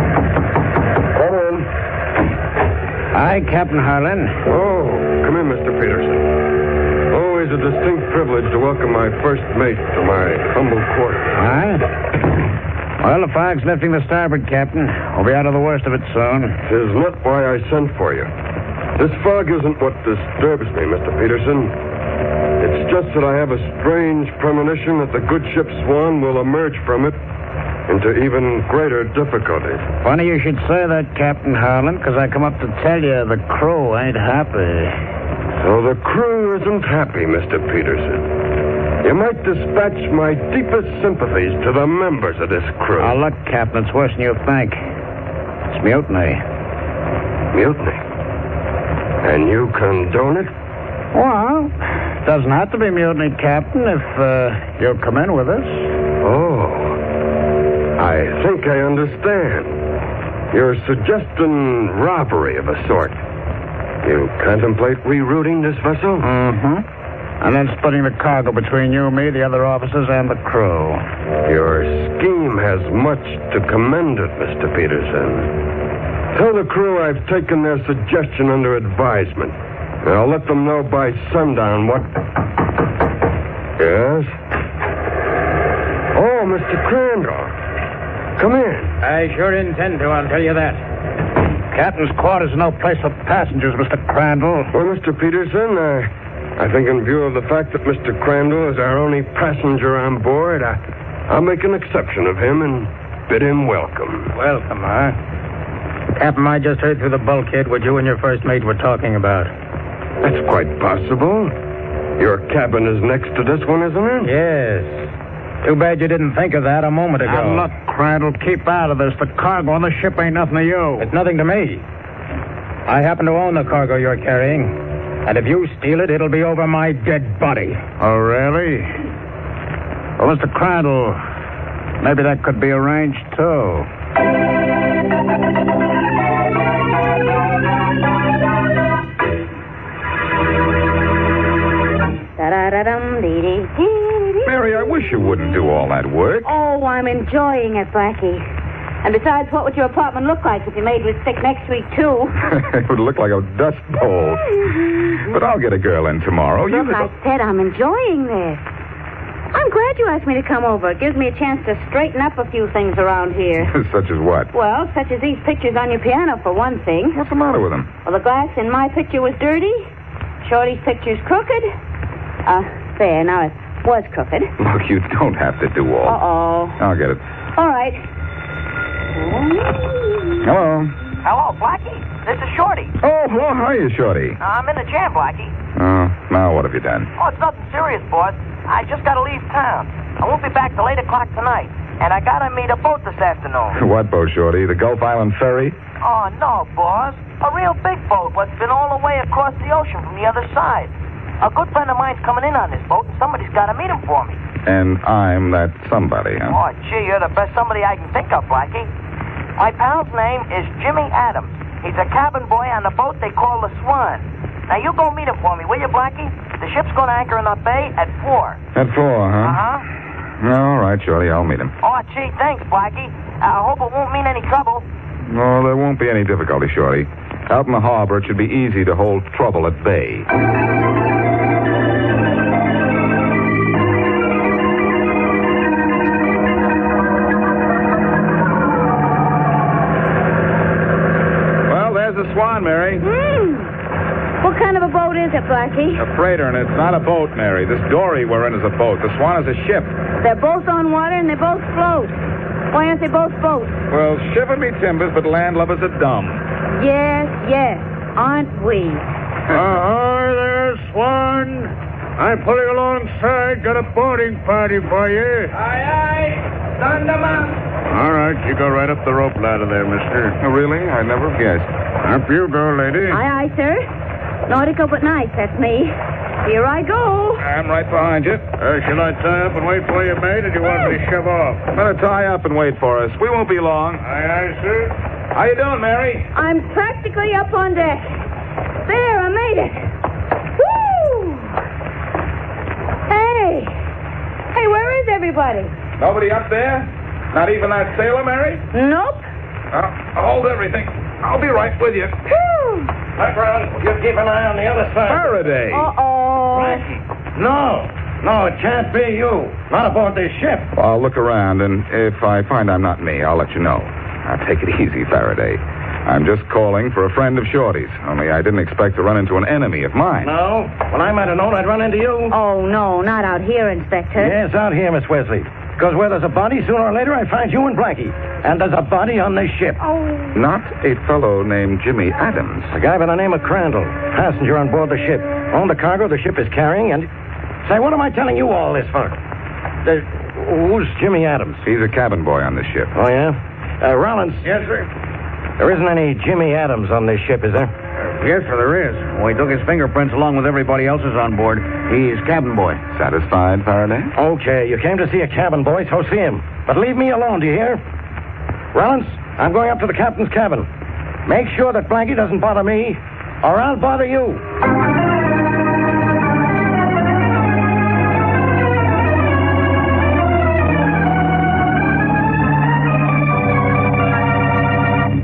Come in. Hi, Captain Harlan. Oh, come in, Mr. Peterson. Always a distinct privilege to welcome my first mate to my humble quarters. Hi. Well, the fog's lifting the starboard, Captain. We'll be out of the worst of it soon. Tis not why I sent for you. This fog isn't what disturbs me, Mr. Peterson. It's just that I have a strange premonition that the good ship Swan will emerge from it into even greater difficulties. Funny you should say that, Captain Harlan, because I come up to tell you the crew ain't happy. So the crew isn't happy, Mr. Peterson. You might dispatch my deepest sympathies to the members of this crew. Now, look, Captain, it's worse than you think. It's mutiny. Mutiny. And you condone it? Well, it doesn't have to be mutiny, Captain, if uh, you'll come in with us. Oh. I think I understand. You're suggesting robbery of a sort. You contemplate rerouting this vessel? Mm-hmm. And then splitting the cargo between you, me, the other officers, and the crew. Your scheme has much to commend it, Mr. Peterson. Tell the crew I've taken their suggestion under advisement. And I'll let them know by sundown what. Yes? Oh, Mr. Crandall. Come in. I sure intend to, I'll tell you that. Captain's quarters are no place for passengers, Mr. Crandall. Well, Mr. Peterson, uh, I think in view of the fact that Mr. Crandall is our only passenger on board, I, I'll make an exception of him and bid him welcome. Welcome, huh? Captain, I just heard through the bulkhead what you and your first mate were talking about. That's quite possible. Your cabin is next to this one, isn't it? Yes. Too bad you didn't think of that a moment ago. Now, look, Crandall, keep out of this. The cargo on the ship ain't nothing to you. It's nothing to me. I happen to own the cargo you're carrying. And if you steal it, it'll be over my dead body. Oh, really? Well, Mr. Crandall, maybe that could be arranged, too. Da-da-da-dum, dee-dee-dee-dee-dee. Mary, I wish you wouldn't do all that work. Oh, I'm enjoying it, Blackie. And besides, what would your apartment look like if you made me sick next week, too? it would look like a dust bowl. But I'll get a girl in tomorrow. You Look, I said I'm enjoying this. I'm glad you asked me to come over. It gives me a chance to straighten up a few things around here. Such as what? Well, such as these pictures on your piano, for one thing. What's the matter with him? Well, the glass in my picture was dirty. Shorty's picture's crooked. Uh, there, now it was crooked. Look, you don't have to do all. Uh-oh. I'll get it. All right. Hello. Hello, Blackie. This is Shorty. Uh, Oh, hello. How are you, Shorty? I'm in a jam, Blackie. Uh, now what have you done? Oh, it's nothing serious, boss. I just gotta leave town. I won't be back till 8 o'clock tonight. And I gotta meet a boat this afternoon. What boat, Shorty? The Gulf Island ferry? Oh, no, boss. A real big boat, what's been all the way across the ocean from the other side. A good friend of mine's coming in on this boat, and somebody's gotta meet him for me. And I'm that somebody, huh? Oh, gee, you're the best somebody I can think of, Blackie. My pal's name is Jimmy Adams. He's a cabin boy on the boat they call the Swan. Now, you go meet him for me, will you, Blackie? The ship's going to anchor in the bay at 4. At four, Uh huh? huh. Uh-huh. All right, Shorty, I'll meet him. Oh, gee, thanks, Blackie. I hope it won't mean any trouble. No, there won't be any difficulty, Shorty. Out in the harbor, it should be easy to hold trouble at bay. Well, there's the Swan, Mary. Hmm. What kind of a boat is it, Blackie? A freighter, and it's not a boat, Mary. This dory we're in is a boat. The Swan is a ship. They're both on water and they both float. Why aren't they both boats? Well, shiver me timbers, but landlubbers are dumb. Yes, yes. Aren't we? Uh-huh there, Swan. I'm pulling alongside. Got a boarding party for you. Aye, aye. Thunderman. All right, you go right up the rope ladder there, mister. Oh, Really? I never guessed. Up you go, lady. Aye, aye, sir. Nautical but nice, that's me. Here I go. I'm right behind you. Uh, shall I tie up and wait for you, mate, or do you want me to shove off? Better tie up and wait for us. We won't be long. Aye, aye, sir. How you doing, Mary? I'm practically up on deck. There, I made it. Woo! Hey. Hey, where is everybody? Nobody up there? Not even that sailor, Mary? Nope. Uh, hold everything. I'll be right with you. Phew. Back round. You keep an eye on the other side. Faraday. Oh. Uh-oh. No. No, it can't be you. Not aboard this ship. I'll look around, and if I find I'm not me, I'll let you know. Now, take it easy, Faraday. I'm just calling for a friend of Shorty's, only I didn't expect to run into an enemy of mine. No. When I might have known, I'd run into you. Oh, no, not out here, Inspector. Yes, out here, Miss Wesley. Because where there's a body, sooner or later I find you and Blackie. And there's a body on this ship. Oh. Not a fellow named Jimmy Adams. A guy by the name of Crandall, passenger on board the ship, owned the cargo the ship is carrying, and. Say, what am I telling you all this for? There's... Who's Jimmy Adams? He's a cabin boy on this ship. Oh, yeah? Uh, Rollins. Yes, sir. There isn't any Jimmy Adams on this ship, is there? Uh, yes, sir, there is. We took his fingerprints along with everybody else's on board. He's cabin boy. Satisfied, Faraday? Okay, you came to see a cabin boy, so see him. But leave me alone, do you hear? Rollins, I'm going up to the captain's cabin. Make sure that Blackie doesn't bother me, or I'll bother you.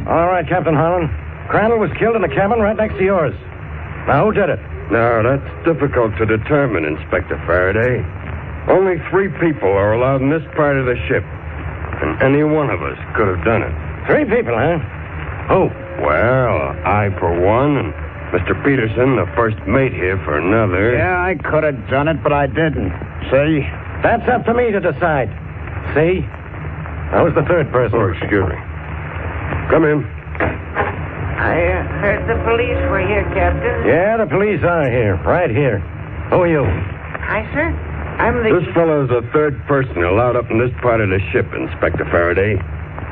All right, Captain Harlan. Crandall was killed in the cabin right next to yours. Now, who did it? Now, that's difficult to determine, Inspector Faraday. Only three people are allowed in this part of the ship, and any one of us could have done it. Three people, huh? Who? Well, I for one, and Mr. Peterson, the first mate here, for another. Yeah, I could have done it, but I didn't. See? That's up to me to decide. See? I was the third person. Oh, excuse me. Come in. I uh, heard the police were here, Captain. Yeah, the police are here. Right here. Who are you? Hi, sir. I'm the. This fellow's the third person allowed up in this part of the ship, Inspector Faraday.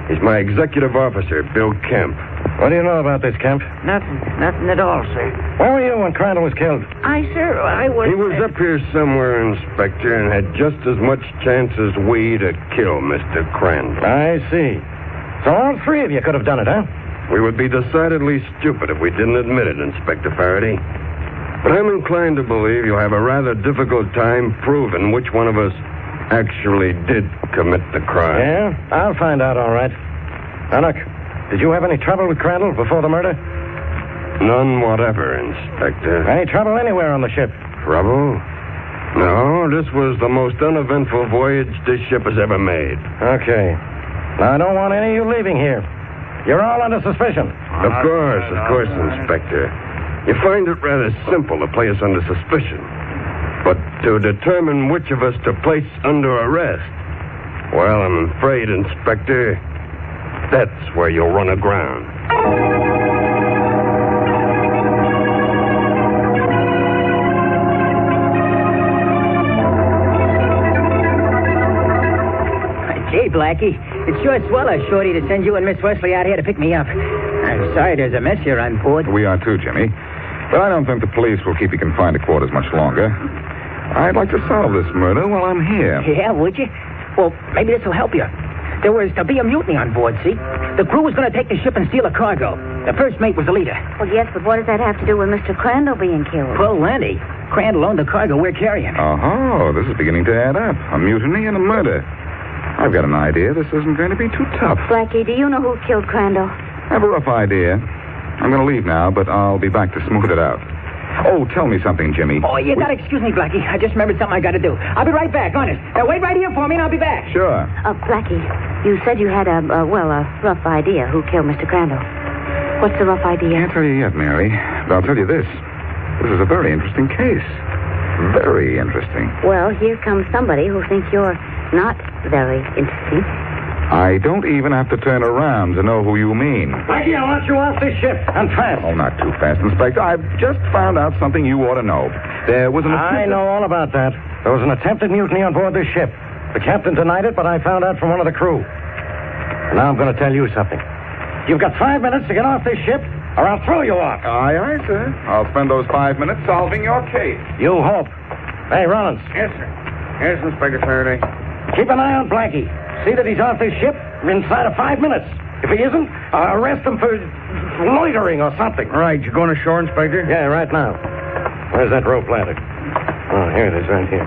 He's my executive officer, Bill Kemp. What do you know about this, Kemp? Nothing. Nothing at all, sir. Where were you when Crandall was killed? I, sir, I was. He was up here somewhere, Inspector, and had just as much chance as we to kill Mr. Crandall. I see. So all three of you could have done it, huh? We would be decidedly stupid if we didn't admit it, Inspector Faraday. But I'm inclined to believe you'll have a rather difficult time proving which one of us actually did commit the crime. Yeah, I'll find out, all right. Now, look, did you have any trouble with Crandall before the murder? None whatever, Inspector. Any trouble anywhere on the ship? Trouble? No, this was the most uneventful voyage this ship has ever made. Okay. Now, I don't want any of you leaving here. You're all under suspicion. Of course, of course, Inspector. You find it rather simple to place under suspicion. But to determine which of us to place under arrest, well, I'm afraid, Inspector, that's where you'll run aground. Blackie. It sure swallows Shorty to send you and Miss Wesley out here to pick me up. I'm sorry there's a mess here on board. We are too, Jimmy. But I don't think the police will keep you confined to quarters much longer. I'd like to solve this murder while I'm here. Yeah, would you? Well, maybe this will help you. There was to be a mutiny on board, see? The crew was going to take the ship and steal the cargo. The first mate was the leader. Well, yes, but what does that have to do with Mr. Crandall being killed? Well, Landy, Crandall owned the cargo we're carrying. Oh, this is beginning to add up. A mutiny and a murder. I've got an idea. This isn't going to be too tough. Blackie, do you know who killed Crandall? I have a rough idea. I'm going to leave now, but I'll be back to smooth it out. Oh, tell me something, Jimmy. Oh, you gotta excuse me, Blackie. I just remembered something I gotta do. I'll be right back, honest. Now, wait right here for me and I'll be back. Sure. Uh, Blackie, you said you had a, uh, well, a rough idea who killed Mr. Crandall. What's the rough idea? Can't tell you yet, Mary, but I'll tell you this. This is a very interesting case. Very interesting. Well, here comes somebody who thinks you're not very interesting. I don't even have to turn around to know who you mean. Blackie, I want you off this ship. I'm fast. Oh, not too fast, Inspector. I've just found out something you ought to know. There was an. I know all about that. There was an attempted mutiny on board this ship. The captain denied it, but I found out from one of the crew. Now I'm going to tell you something. You've got five minutes to get off this ship, or I'll throw you off. Aye, aye, sir. I'll spend those five minutes solving your case. You hope. Hey, Rollins. Yes, sir. Yes, Inspector Faraday. Keep an eye on Blackie. See that he's off this ship inside of five minutes. If he isn't, uh, arrest him for loitering or something. Right, you going ashore, Inspector? Yeah, right now. Where's that rope ladder? Oh, here it is, right here.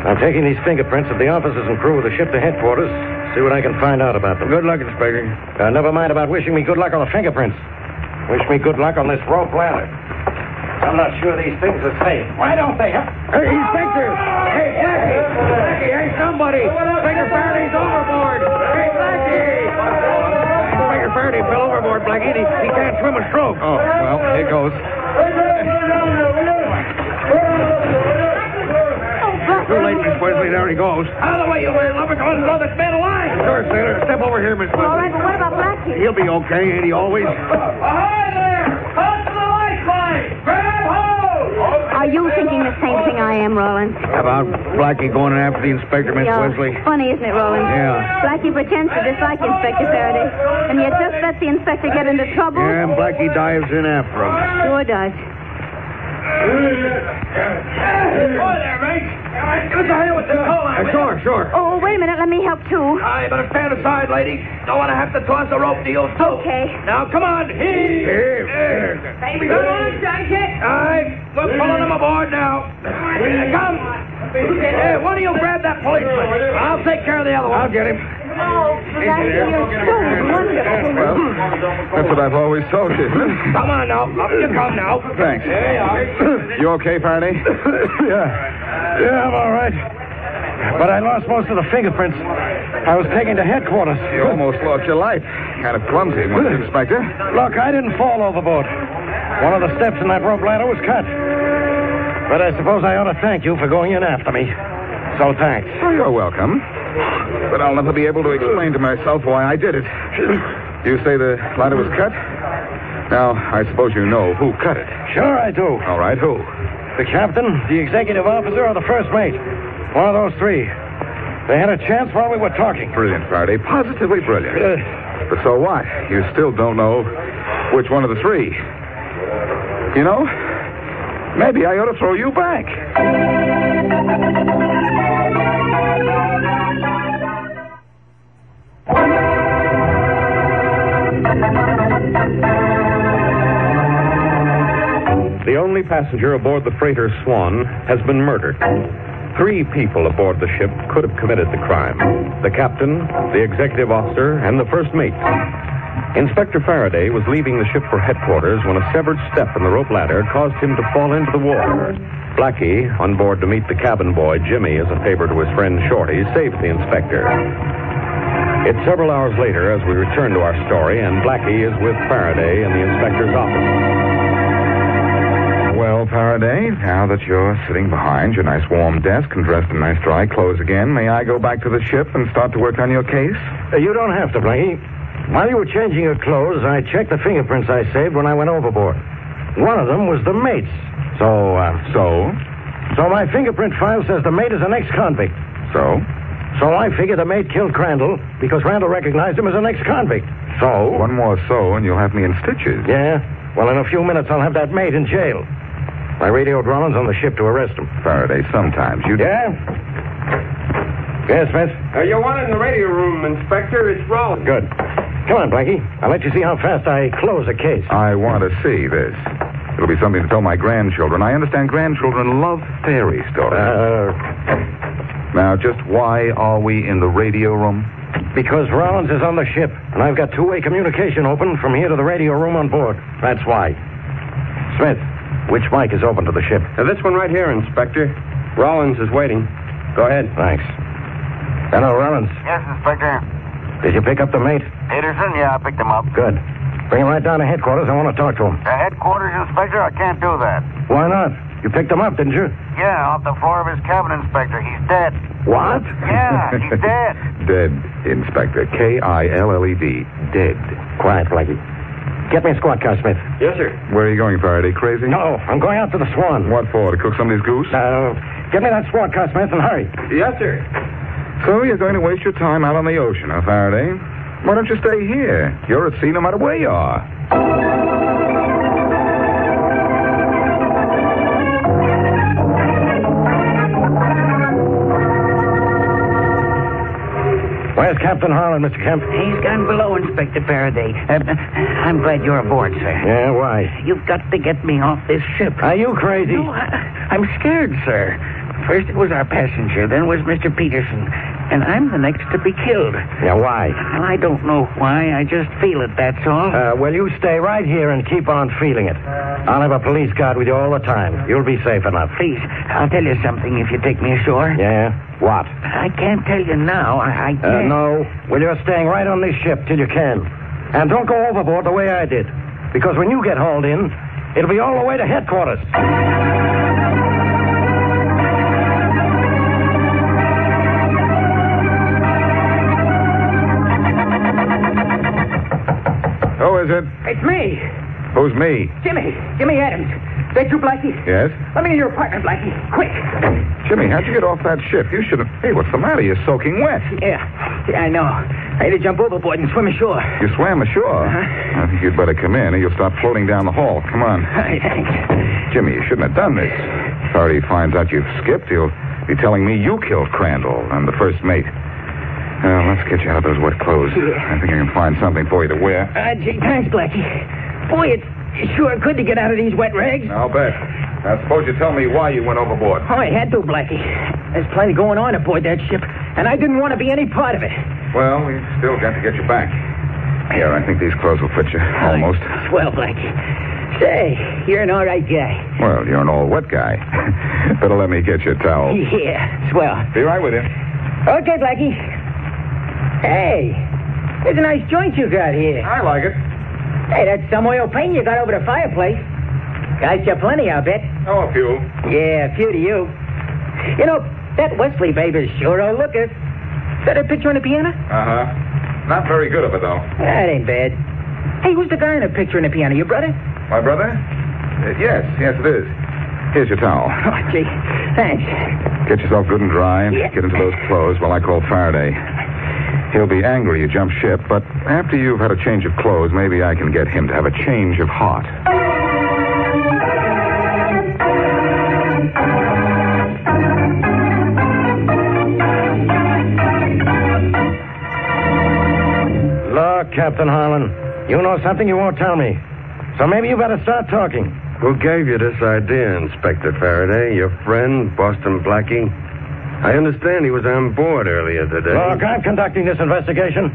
I'm taking these fingerprints of the officers and crew of the ship to headquarters. See what I can find out about them. Good luck, Inspector. Uh, never mind about wishing me good luck on the fingerprints. Wish me good luck on this rope ladder. I'm not sure these things are safe. Why don't they? Huh? Hey, Inspector! Hey, Blackie! Blackie, hey, somebody! Inspector Faraday's overboard! Hey, Blackie! Inspector Faraday fell overboard, Blackie. He, he can't swim a stroke. Oh, well, here goes. Too late, Miss Wesley. There he goes. Out of the way, you little lumber. Come on, blow this man alive! Sure, Sailor. Step over here, Miss Wesley. All right, but what about Blackie? He'll be okay, ain't he always? Ahoy there! Up to the lifeline! Grab hold! Are you thinking the same thing I am, Rollins? About Blackie going after the inspector, Miss Yeah. Wesley. Funny, isn't it, Rollins? Yeah. Blackie pretends to dislike Inspector Faraday, and yet just lets the inspector get into trouble. Yeah, and Blackie dives in after him. Sure does. Ahoy there, mate! All right, give us a hand with the coal line. Uh, sure, sure. Oh, wait a minute. Let me help, too. Aye, but stand aside, lady. Don't want to have to toss the rope to you, too. Okay. Now, come on. Heave. Heave. Come on, Sergeant. Aye, we're pulling them aboard now. Here they Come. Hey, one of you grab that policeman. I'll take care of the other one. I'll get him. Oh, Blackie, you're so wonderful. Well, that's what I've always told you. Come on now. Up you come now. Thanks. There you are. You okay, Faraday? yeah. Yeah, I'm all right. But I lost most of the fingerprints. I was taken to headquarters. You almost lost your life. Kind of clumsy, wasn't it, Inspector? Look, I didn't fall overboard. One of the steps in that rope ladder was cut. But I suppose I ought to thank you for going in after me. So thanks. Oh, you're welcome. But I'll never be able to explain to myself why I did it. You say the ladder was cut? Now, I suppose you know who cut it. Sure, I do. All right, who? The captain, the executive officer, or the first mate. One of those three. They had a chance while we were talking. Uh, Brilliant, Faraday. Positively brilliant. But so what? You still don't know which one of the three. You know, maybe I ought to throw you back. The only passenger aboard the freighter Swan has been murdered. Three people aboard the ship could have committed the crime the captain, the executive officer, and the first mate. Inspector Faraday was leaving the ship for headquarters when a severed step in the rope ladder caused him to fall into the water. Blackie, on board to meet the cabin boy, Jimmy, as a favor to his friend Shorty, saved the inspector. It's several hours later as we return to our story, and Blackie is with Faraday in the inspector's office. Well, Faraday, now that you're sitting behind your nice warm desk and dressed in nice dry clothes again, may I go back to the ship and start to work on your case? Uh, You don't have to, Blackie. While you were changing your clothes, I checked the fingerprints I saved when I went overboard. One of them was the mate's. So, uh, So? so my fingerprint file says the mate is an ex-convict. So? So I figure the mate killed Crandall because Randall recognized him as an ex-convict. So? One more so, and you'll have me in stitches. Yeah. Well, in a few minutes, I'll have that mate in jail. I radioed Rollins on the ship to arrest him. Faraday, sometimes you. Yeah? Yes, Smith? Uh, you're wanted in the radio room, Inspector. It's Rollins. Good. Come on, Blackie. I'll let you see how fast I close a case. I want to see this. It'll be something to tell my grandchildren. I understand grandchildren love fairy stories. Uh, now, just why are we in the radio room? Because Rollins is on the ship, and I've got two-way communication open from here to the radio room on board. That's why. Smith, which mic is open to the ship? Now, this one right here, Inspector. Rollins is waiting. Go ahead. Thanks. Hello, Rollins. Yes, Inspector. Did you pick up the mate? Peterson? Yeah, I picked him up. Good. Bring him right down to headquarters. I want to talk to him. Uh, headquarters, Inspector? I can't do that. Why not? You picked him up, didn't you? Yeah, off the floor of his cabin, Inspector. He's dead. What? Yeah, he's dead. Dead, Inspector. K I L L E D. Dead. Quiet, Blackie. Get me a squad car, Smith. Yes, sir. Where are you going, Faraday? Crazy? No, I'm going out to the Swan. What for? To cook somebody's goose? No. Get me that squad car, Smith, and hurry. Yes, sir. So you're going to waste your time out on the ocean, huh, Faraday? Why don't you stay here? You're at sea no matter where you are. Where's Captain Harlan, Mr. Kemp? He's gone below, Inspector Faraday. Uh, I'm glad you're aboard, sir. Yeah, why? You've got to get me off this ship. Are you crazy? No, I, I'm scared, sir. First it was our passenger, then was Mr. Peterson, and I'm the next to be killed. Yeah, why? Well, I don't know why. I just feel it, that's all. Uh, well, you stay right here and keep on feeling it. I'll have a police guard with you all the time. You'll be safe enough. Please, I'll tell you something if you take me ashore. Yeah? What? I can't tell you now. I, I can't. Uh, no. Well, you're staying right on this ship till you can. And don't go overboard the way I did. Because when you get hauled in, it'll be all the way to headquarters. Who is it? It's me, Who's me? Jimmy. Jimmy Adams. That you, Blackie? Yes? Let me in your apartment, Blackie. Quick. Jimmy, how'd you get off that ship? You should have. Hey, what's the matter? You're soaking wet. Yeah. Yeah, I know. I had to jump overboard and swim ashore. Uh-huh. You swam ashore. I think you'd better come in, or you'll start floating down the hall. Come on. Jimmy, you shouldn't have done this. Sorry he finds out you've skipped. He'll be telling me you killed Crandall and the first mate. Now, let's get you out of those wet clothes. I think I can find something for you to wear. Uh, gee, thanks, Blackie. Boy, it's it's sure good to get out of these wet rags. I'll bet. Now, suppose you tell me why you went overboard. Oh, I had to, Blackie. There's plenty going on aboard that ship, and I didn't want to be any part of it. Well, we've still got to get you back. Here, I think these clothes will fit you. Almost. Swell, Blackie. Say, you're an all right guy. Well, you're an all wet guy. Better let me get your towel. Yeah, swell. Be right with you. Okay, Blackie. Hey, there's a nice joint you got here. I like it. Hey, that's some oil paint you got over the fireplace. Got you plenty, I'll bet. Oh, a few. Yeah, a few to you. You know, that Wesley babe is sure a looker. Is that a picture on the piano? Uh huh. Not very good of it, though. That ain't bad. Hey, who's the guy in the picture on the piano? Your brother? My brother? Uh, yes, yes, it is. Here's your towel. Oh, gee. Thanks. Get yourself good and dry and Yeah. get into those clothes while I call Faraday. He'll be angry you jump ship, but after you've had a change of clothes, maybe I can get him to have a change of heart. Look, Captain Harlan, you know something you won't tell me. So maybe you better start talking. Who gave you this idea, Inspector Faraday? Your friend, Boston Blackie? I understand he was on board earlier today. Look, I'm conducting this investigation.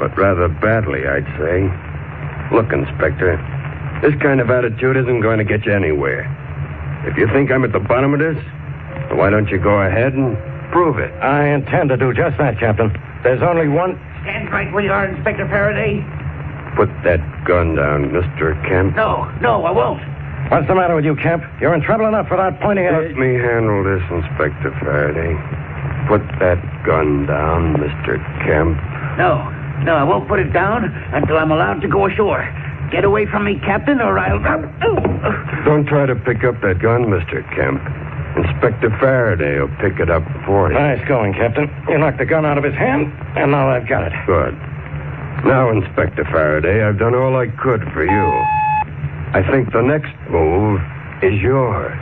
But rather badly, I'd say. Look, Inspector, this kind of attitude isn't going to get you anywhere. If you think I'm at the bottom of this, why don't you go ahead and prove it? I intend to do just that, Captain. There's only one. Stand right where you are, Inspector Faraday. Put that gun down, Mr. Kemp. No, no, I won't. What's the matter with you, Kemp? You're in trouble enough without pointing it Let me handle this, Inspector Faraday. Put that gun down, Mr. Kemp. No, no, I won't put it down until I'm allowed to go ashore. Get away from me, Captain, or I'll. Don't try to pick up that gun, Mr. Kemp. Inspector Faraday will pick it up for you. Nice going, Captain. You knocked the gun out of his hand, and now I've got it. Good. Now, Inspector Faraday, I've done all I could for you. I think the next move is yours.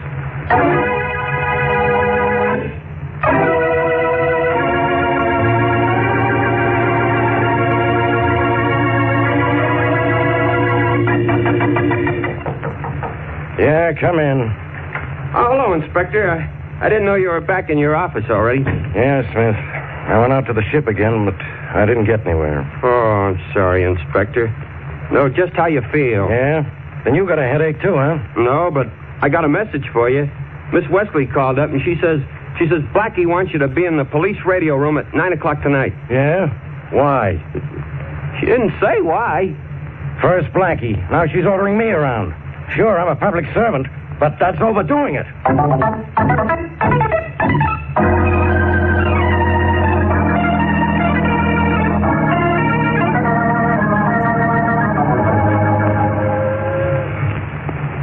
Yeah, come in. Oh, hello, Inspector. I, I didn't know you were back in your office already. Yeah, Smith. I went out to the ship again, but I didn't get anywhere. Oh, I'm sorry, Inspector. No, just how you feel. Yeah? Then you got a headache, too, huh? No, but I got a message for you. Miss Wesley called up and she says she says Blackie wants you to be in the police radio room at nine o'clock tonight. Yeah? Why? She didn't say why. First Blackie. Now she's ordering me around. Sure, I'm a public servant, but that's overdoing it.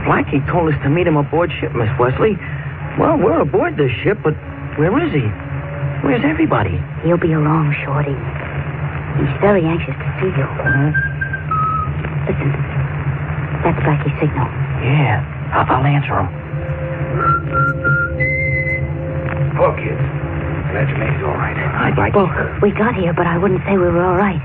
Blackie told us to meet him aboard ship, Miss Wesley. Well, we're aboard this ship, but where is he? Where's everybody? He'll be along, Shorty. He's very anxious to see you. Listen, that's Blackie's signal. Yeah, I- I'll answer him. Hello, kids. Glad you made it all right. Hi, Blackie. Well, we got here, but I wouldn't say we were all right.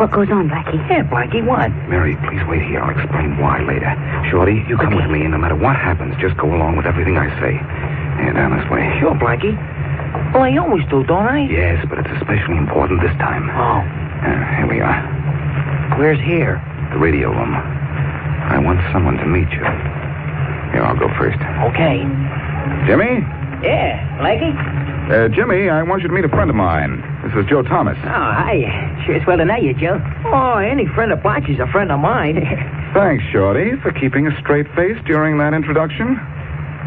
What goes on, Blackie? Yeah, Blackie, what? Mary, please wait here. I'll explain why later. Shorty, you come with me, and no matter what happens, just go along with everything I say. Yeah, down this way. Sure, Blackie. Well, I always do, don't I? Yes, but it's especially important this time. Oh. Uh, here we are. Where's here? The radio room. I want someone to meet you. Here, I'll go first. Okay. Jimmy? Yeah, Blackie? Uh, Jimmy, I want you to meet a friend of mine. This is Joe Thomas. Oh, hi. Sure it's well to know you, Joe. Oh, any friend of Blackie's a friend of mine. Thanks, Shorty, for keeping a straight face during that introduction.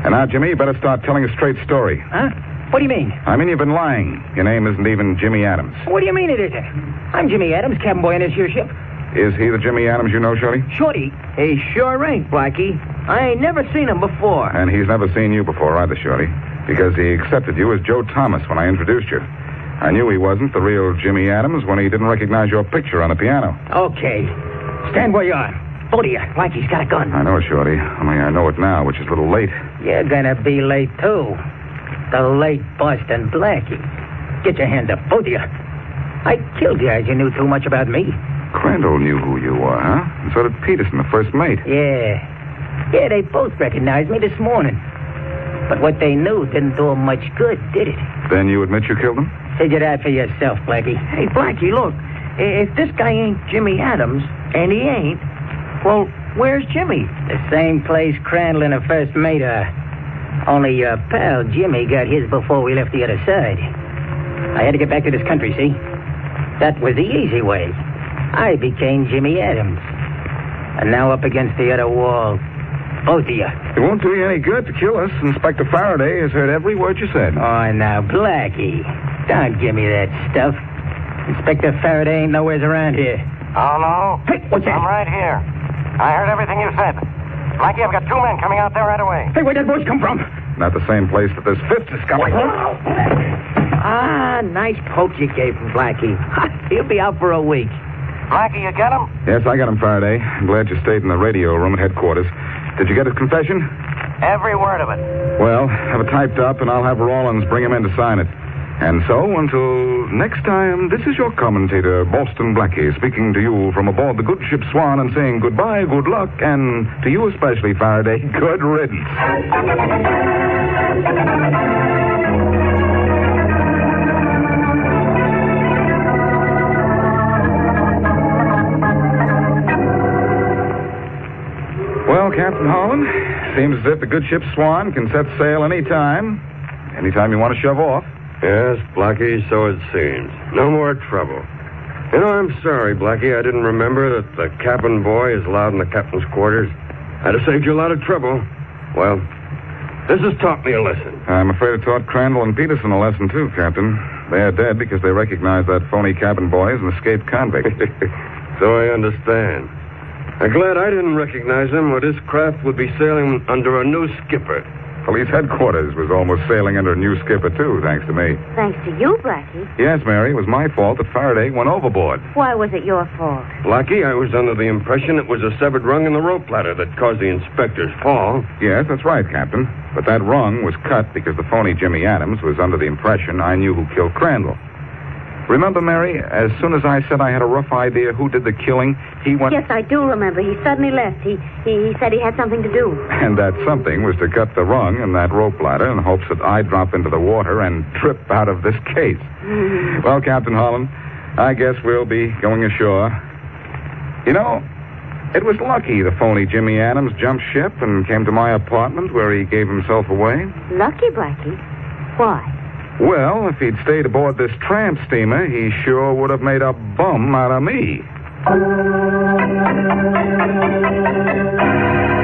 And now, Jimmy, you better start telling a straight story. huh? What do you mean? I mean, you've been lying. Your name isn't even Jimmy Adams. What do you mean it isn't? I'm Jimmy Adams, cabin boy on this here ship. Is he the Jimmy Adams you know, Shorty? Shorty, he sure ain't, Blackie. I ain't never seen him before. And he's never seen you before either, Shorty, because he accepted you as Joe Thomas when I introduced you. I knew he wasn't the real Jimmy Adams when he didn't recognize your picture on the piano. Okay. Stand where you are. Both of you. Blackie's got a gun. I know it, Shorty. Only I know it now, which is a little late. You're gonna be late, too. The late Boston Blackie. Get your hands up, both of you. I killed you as you knew too much about me. Crandall knew who you were, huh? And so did Peterson, the first mate. Yeah. Yeah, they both recognized me this morning. But what they knew didn't do 'em much good, did it? Then you admit you killed him? Figure that for yourself, Blackie. Hey, Blackie, look. i- If this guy ain't Jimmy Adams, and he ain't, well, where's Jimmy? The same place Crandall and the first mate are. Only your pal Jimmy got his before we left the other side. I had to get back to this country, see? That was the easy way. I became Jimmy Adams. And now up against the other wall. Both of you. It won't do you any good to kill us. Inspector Faraday has heard every word you said. Oh, now, Blackie, don't give me that stuff. Inspector Faraday ain't nowhere's around here. Oh, no. Hey, what's that? I'm right here. I heard everything you said. Blackie, I've got two men coming out there right away. Hey, where'd that voice come from? Not the same place that this fifth is coming. Ah, nice poke you gave him, Blackie. He'll be out for a week. Blackie, you get him? Yes, I got him, Faraday. I'm glad you stayed in the radio room at headquarters. Did you get his confession? Every word of it. Well, have it typed up, and I'll have Rawlins bring him in to sign it. And so, until next time, this is your commentator, Boston Blackie, speaking to you from aboard the good ship Swan and saying goodbye, good luck, and to you especially, Faraday, good riddance. Well, Captain Holland, seems as if the good ship Swan can set sail any time. Anytime you want to shove off. Yes, Blackie, so it seems. No more trouble. You know, I'm sorry, Blackie. I didn't remember that the cabin boy is allowed in the captain's quarters. I'd have saved you a lot of trouble. Well, this has taught me a lesson. I'm afraid it taught Crandall and Peterson a lesson, too, Captain. They're dead because they recognized that phony cabin boy as an escaped convict. So I understand. I'm glad I didn't recognize him, or this craft would be sailing under a new skipper. Police headquarters was almost sailing under a new skipper, too, thanks to me. Thanks to you, Blackie. Yes, Mary, it was my fault that Faraday went overboard. Why was it your fault? Blackie, I was under the impression it was a severed rung in the rope ladder that caused the inspector's fall. Yes, that's right, Captain. But that rung was cut because the phony Jimmy Adams was under the impression I knew who killed Crandall. Remember, Mary, as soon as I said I had a rough idea who did the killing, he went. Yes, I do remember. He suddenly left. He, he, he said he had something to do. And that something was to cut the rung in that rope ladder in hopes that I'd drop into the water and trip out of this case. Well, Captain Holland, I guess we'll be going ashore. You know, it was lucky the phony Jimmy Adams jumped ship and came to my apartment where he gave himself away. Lucky, Blackie. Why? Well, if he'd stayed aboard this tramp steamer, he sure would have made a bum out of me. Thank you.